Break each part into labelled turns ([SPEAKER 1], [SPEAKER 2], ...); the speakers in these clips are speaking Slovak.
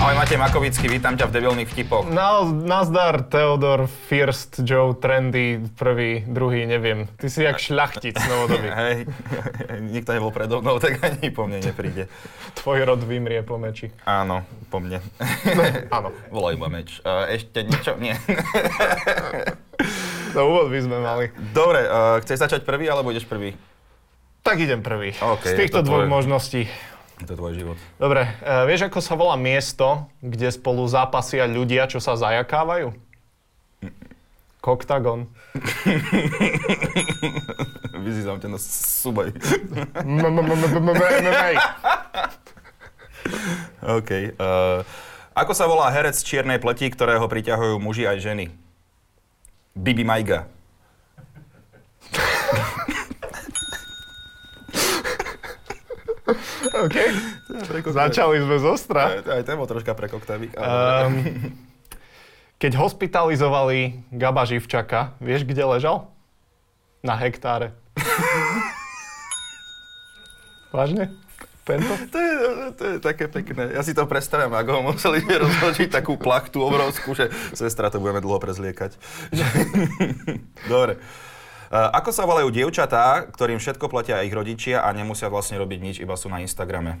[SPEAKER 1] Ahoj Matej Makovický, vítam ťa v debilných vtipoch.
[SPEAKER 2] Na, nazdar, Theodor, First, Joe, Trendy, prvý, druhý, neviem. Ty si jak šľachtic novodobý.
[SPEAKER 1] Hej, nikto nebol predo mnou, tak ani po mne nepríde.
[SPEAKER 2] Tvoj rod vymrie po meči.
[SPEAKER 1] Áno, po mne.
[SPEAKER 2] Áno.
[SPEAKER 1] Volaj iba meč. E, Ešte niečo? Nie.
[SPEAKER 2] No úvod by sme mali.
[SPEAKER 1] Dobre, e, chceš začať prvý, alebo ideš prvý?
[SPEAKER 2] Tak idem prvý.
[SPEAKER 1] OK,
[SPEAKER 2] Z
[SPEAKER 1] je
[SPEAKER 2] týchto
[SPEAKER 1] to
[SPEAKER 2] dvoch
[SPEAKER 1] tvoje.
[SPEAKER 2] možností.
[SPEAKER 1] Je to tvoj život.
[SPEAKER 2] Dobre, e, vieš, ako sa volá miesto, kde spolu zápasia ľudia, čo sa zajakávajú? Koktagon.
[SPEAKER 1] Vyzývam ťa na súboj. OK. e, Ako sa volá herec čiernej pleti, ktorého priťahujú muži aj ženy? Bibi Majga.
[SPEAKER 2] OK. Začali sme zostra.
[SPEAKER 1] Aj, aj ten bol troška prekoktavý.
[SPEAKER 2] Ehm, keď hospitalizovali Gaba Živčaka, vieš, kde ležal? Na hektáre. Vážne? Tento?
[SPEAKER 1] To je, to je také pekné. Ja si to predstavím, ako ho museli rozložiť takú plachtu obrovskú, že sestra, to budeme dlho prezliekať. Dobre. E, Ako sa volajú dievčatá, ktorým všetko platia ich rodičia a nemusia vlastne robiť nič, iba sú na Instagrame?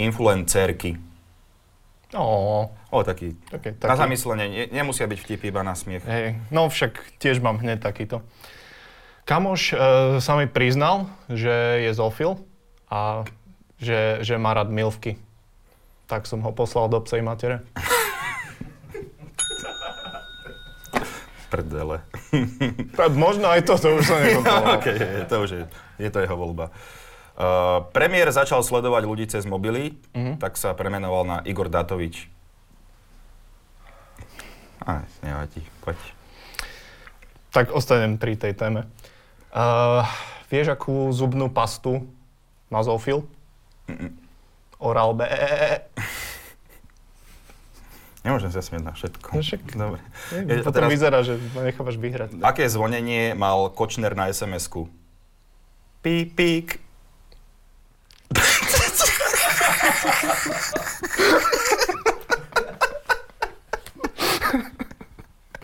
[SPEAKER 1] Influencerky.
[SPEAKER 2] Ó,
[SPEAKER 1] O, taký.
[SPEAKER 2] okay,
[SPEAKER 1] Na
[SPEAKER 2] No, taký.
[SPEAKER 1] zamyslenie. Ne, nemusia byť vtipy, iba na smiech.
[SPEAKER 2] Hej, no však tiež mám hneď takýto. Kamoš e, sa mi priznal, že je zofil a že, že má rád milvky. Tak som ho poslal do psej matere.
[SPEAKER 1] Prdele.
[SPEAKER 2] Tak možno aj toto už som nekontroloval.
[SPEAKER 1] OK, je, to už je, je to jeho voľba. Uh, premiér začal sledovať ľudí cez mobily, tak sa premenoval na Igor Datovič. Aj, nevadí, poď.
[SPEAKER 2] Tak ostanem pri tej téme. Uh, vieš, akú zubnú pastu má zofil? Oral B.
[SPEAKER 1] Nemôžem sa smieť na všetko.
[SPEAKER 2] No však-
[SPEAKER 1] Dobre. Je, a
[SPEAKER 2] Potom
[SPEAKER 1] teraz,
[SPEAKER 2] vyzerá, že ma nechávaš vyhrať.
[SPEAKER 1] aké zvonenie mal Kočner na SMS-ku? Pí, pík.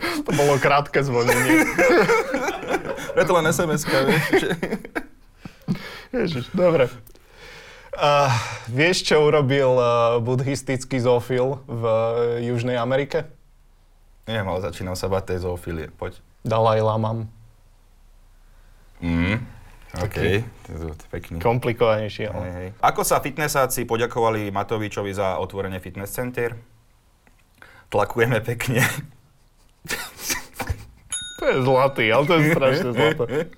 [SPEAKER 2] To bolo krátke zvonenie.
[SPEAKER 1] Je to len SMS-ka, vieš? že-
[SPEAKER 2] Ježiš, dobre. Uh, vieš, čo urobil uh, buddhistický zofil v uh, Južnej Amerike?
[SPEAKER 1] Neviem, ale začínam sa bať tej zoofilie. Poď.
[SPEAKER 2] Dalaj Lamam.
[SPEAKER 1] Mm. OK.
[SPEAKER 2] Taký.
[SPEAKER 1] To je to je pekný.
[SPEAKER 2] Komplikovanejšie, ale...
[SPEAKER 1] Hej, hej. Ako sa fitnessáci poďakovali Matovičovi za otvorenie fitness center? Tlakujeme pekne.
[SPEAKER 2] To je zlatý, ale to je strašne zlaté.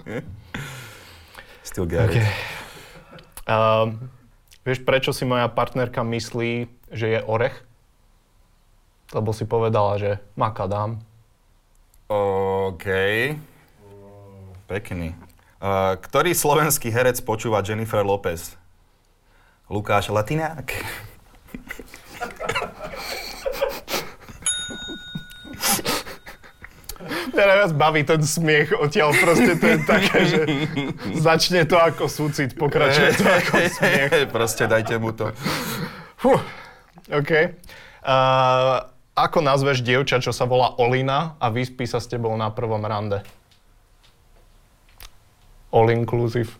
[SPEAKER 1] Still got
[SPEAKER 2] Okay.
[SPEAKER 1] it.
[SPEAKER 2] Um, vieš, prečo si moja partnerka myslí, že je orech? Lebo si povedala, že makadám.
[SPEAKER 1] OK. Pekný. Uh, ktorý slovenský herec počúva Jennifer Lopez? Lukáš Latinák.
[SPEAKER 2] Mňa najviac baví ten smiech odtiaľ, proste to je také, že začne to ako súcit, pokračuje to ako smiech.
[SPEAKER 1] Proste dajte mu to.
[SPEAKER 2] Huh. OK. Uh, ako nazveš dievča, čo sa volá Olina a vyspí sa s tebou na prvom rande? All inclusive.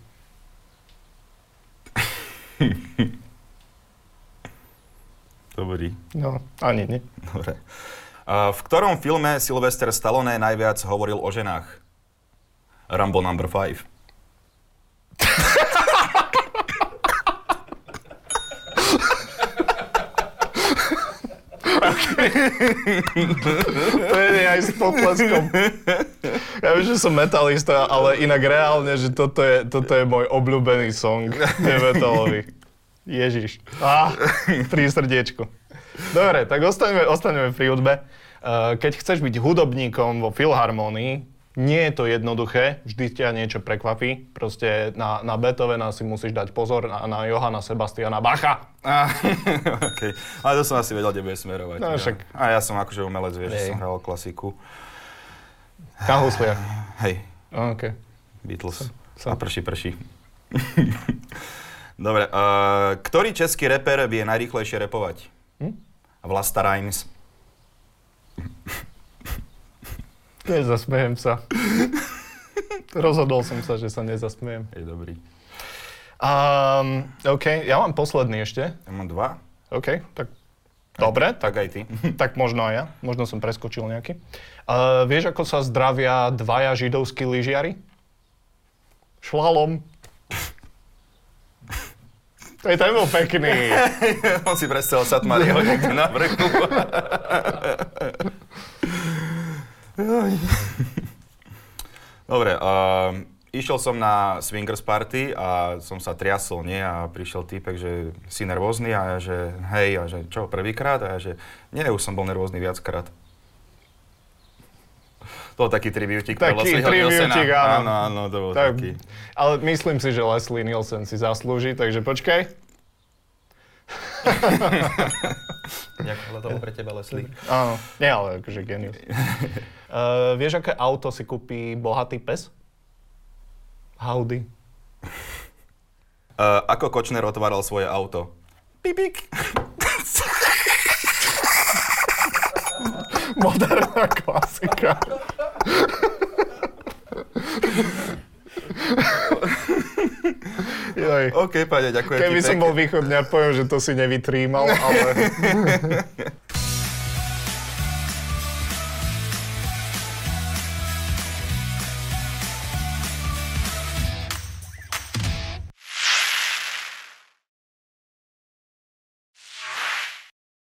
[SPEAKER 1] Dobrý.
[SPEAKER 2] No, ani nie.
[SPEAKER 1] Dobre. Uh, v ktorom filme Sylvester Stallone najviac hovoril o ženách? Rambo number 5.
[SPEAKER 2] To je aj s potleskom. Ja viem, že som metalista, ale inak reálne, že toto je, toto je môj obľúbený song nemetalový. Ježiš. Á, pri srdiečku. Dobre, tak ostaňme, ostaňme pri hudbe. Eh, Keď chceš byť hudobníkom vo Filharmónii, nie je to jednoduché, vždy ťa niečo prekvapí. Proste na, na Beethovena si musíš dať pozor, na, na Johana Sebastiana Bacha.
[SPEAKER 1] Ah, okay. Ale to som asi vedel, kde bude smerovať. Ja.
[SPEAKER 2] No, však.
[SPEAKER 1] A ja som akože umelec, vieš, že
[SPEAKER 2] Hej.
[SPEAKER 1] som hral klasiku.
[SPEAKER 2] Na husliach.
[SPEAKER 1] Hej,
[SPEAKER 2] OK.
[SPEAKER 1] Beatles.
[SPEAKER 2] Som.
[SPEAKER 1] A prší, prší. Dobre, uh, ktorý český reper vie najrýchlejšie repovať?
[SPEAKER 2] Hm?
[SPEAKER 1] Vlasta Rhymes.
[SPEAKER 2] Nezasmejem sa. Rozhodol som sa, že sa nezasmejem.
[SPEAKER 1] Je dobrý.
[SPEAKER 2] Um, OK, ja mám posledný ešte.
[SPEAKER 1] Ja mám dva,
[SPEAKER 2] OK, tak dobre, tak,
[SPEAKER 1] tak aj ty.
[SPEAKER 2] tak možno aj ja. Možno som preskočil nejaký. Uh, vieš, ako sa zdravia dvaja židovskí lyžiari? Šlalom. To je ten bol pekný.
[SPEAKER 1] On si predstavil Satmariho niekde na vrchu. Dobre, ehm, išiel som na swingers party a som sa triasol, nie? A prišiel týpek, že si nervózny a ja, že hej, a že čo, prvýkrát? A ja, že nie, už som bol nervózny viackrát. To bol taký tributík pre
[SPEAKER 2] Taký
[SPEAKER 1] Leslieho
[SPEAKER 2] tributík,
[SPEAKER 1] Nielsena.
[SPEAKER 2] áno.
[SPEAKER 1] áno. Áno, to bol
[SPEAKER 2] Tak,
[SPEAKER 1] taký.
[SPEAKER 2] ale myslím si, že Leslie Nielsen si zaslúži, takže počkaj.
[SPEAKER 1] Ďakujem, to bol pre teba, Leslie.
[SPEAKER 2] Áno, nie, ale akože genius. Uh, vieš, aké auto si kúpi bohatý pes? Audi.
[SPEAKER 1] Uh, ako Kočner otváral svoje auto? Pipik.
[SPEAKER 2] Moderná klasika. Joj.
[SPEAKER 1] OK, páne, ďakujem
[SPEAKER 2] Keby
[SPEAKER 1] ti pekne.
[SPEAKER 2] som um bol východňar, poviem, že to si nevytrímal, ale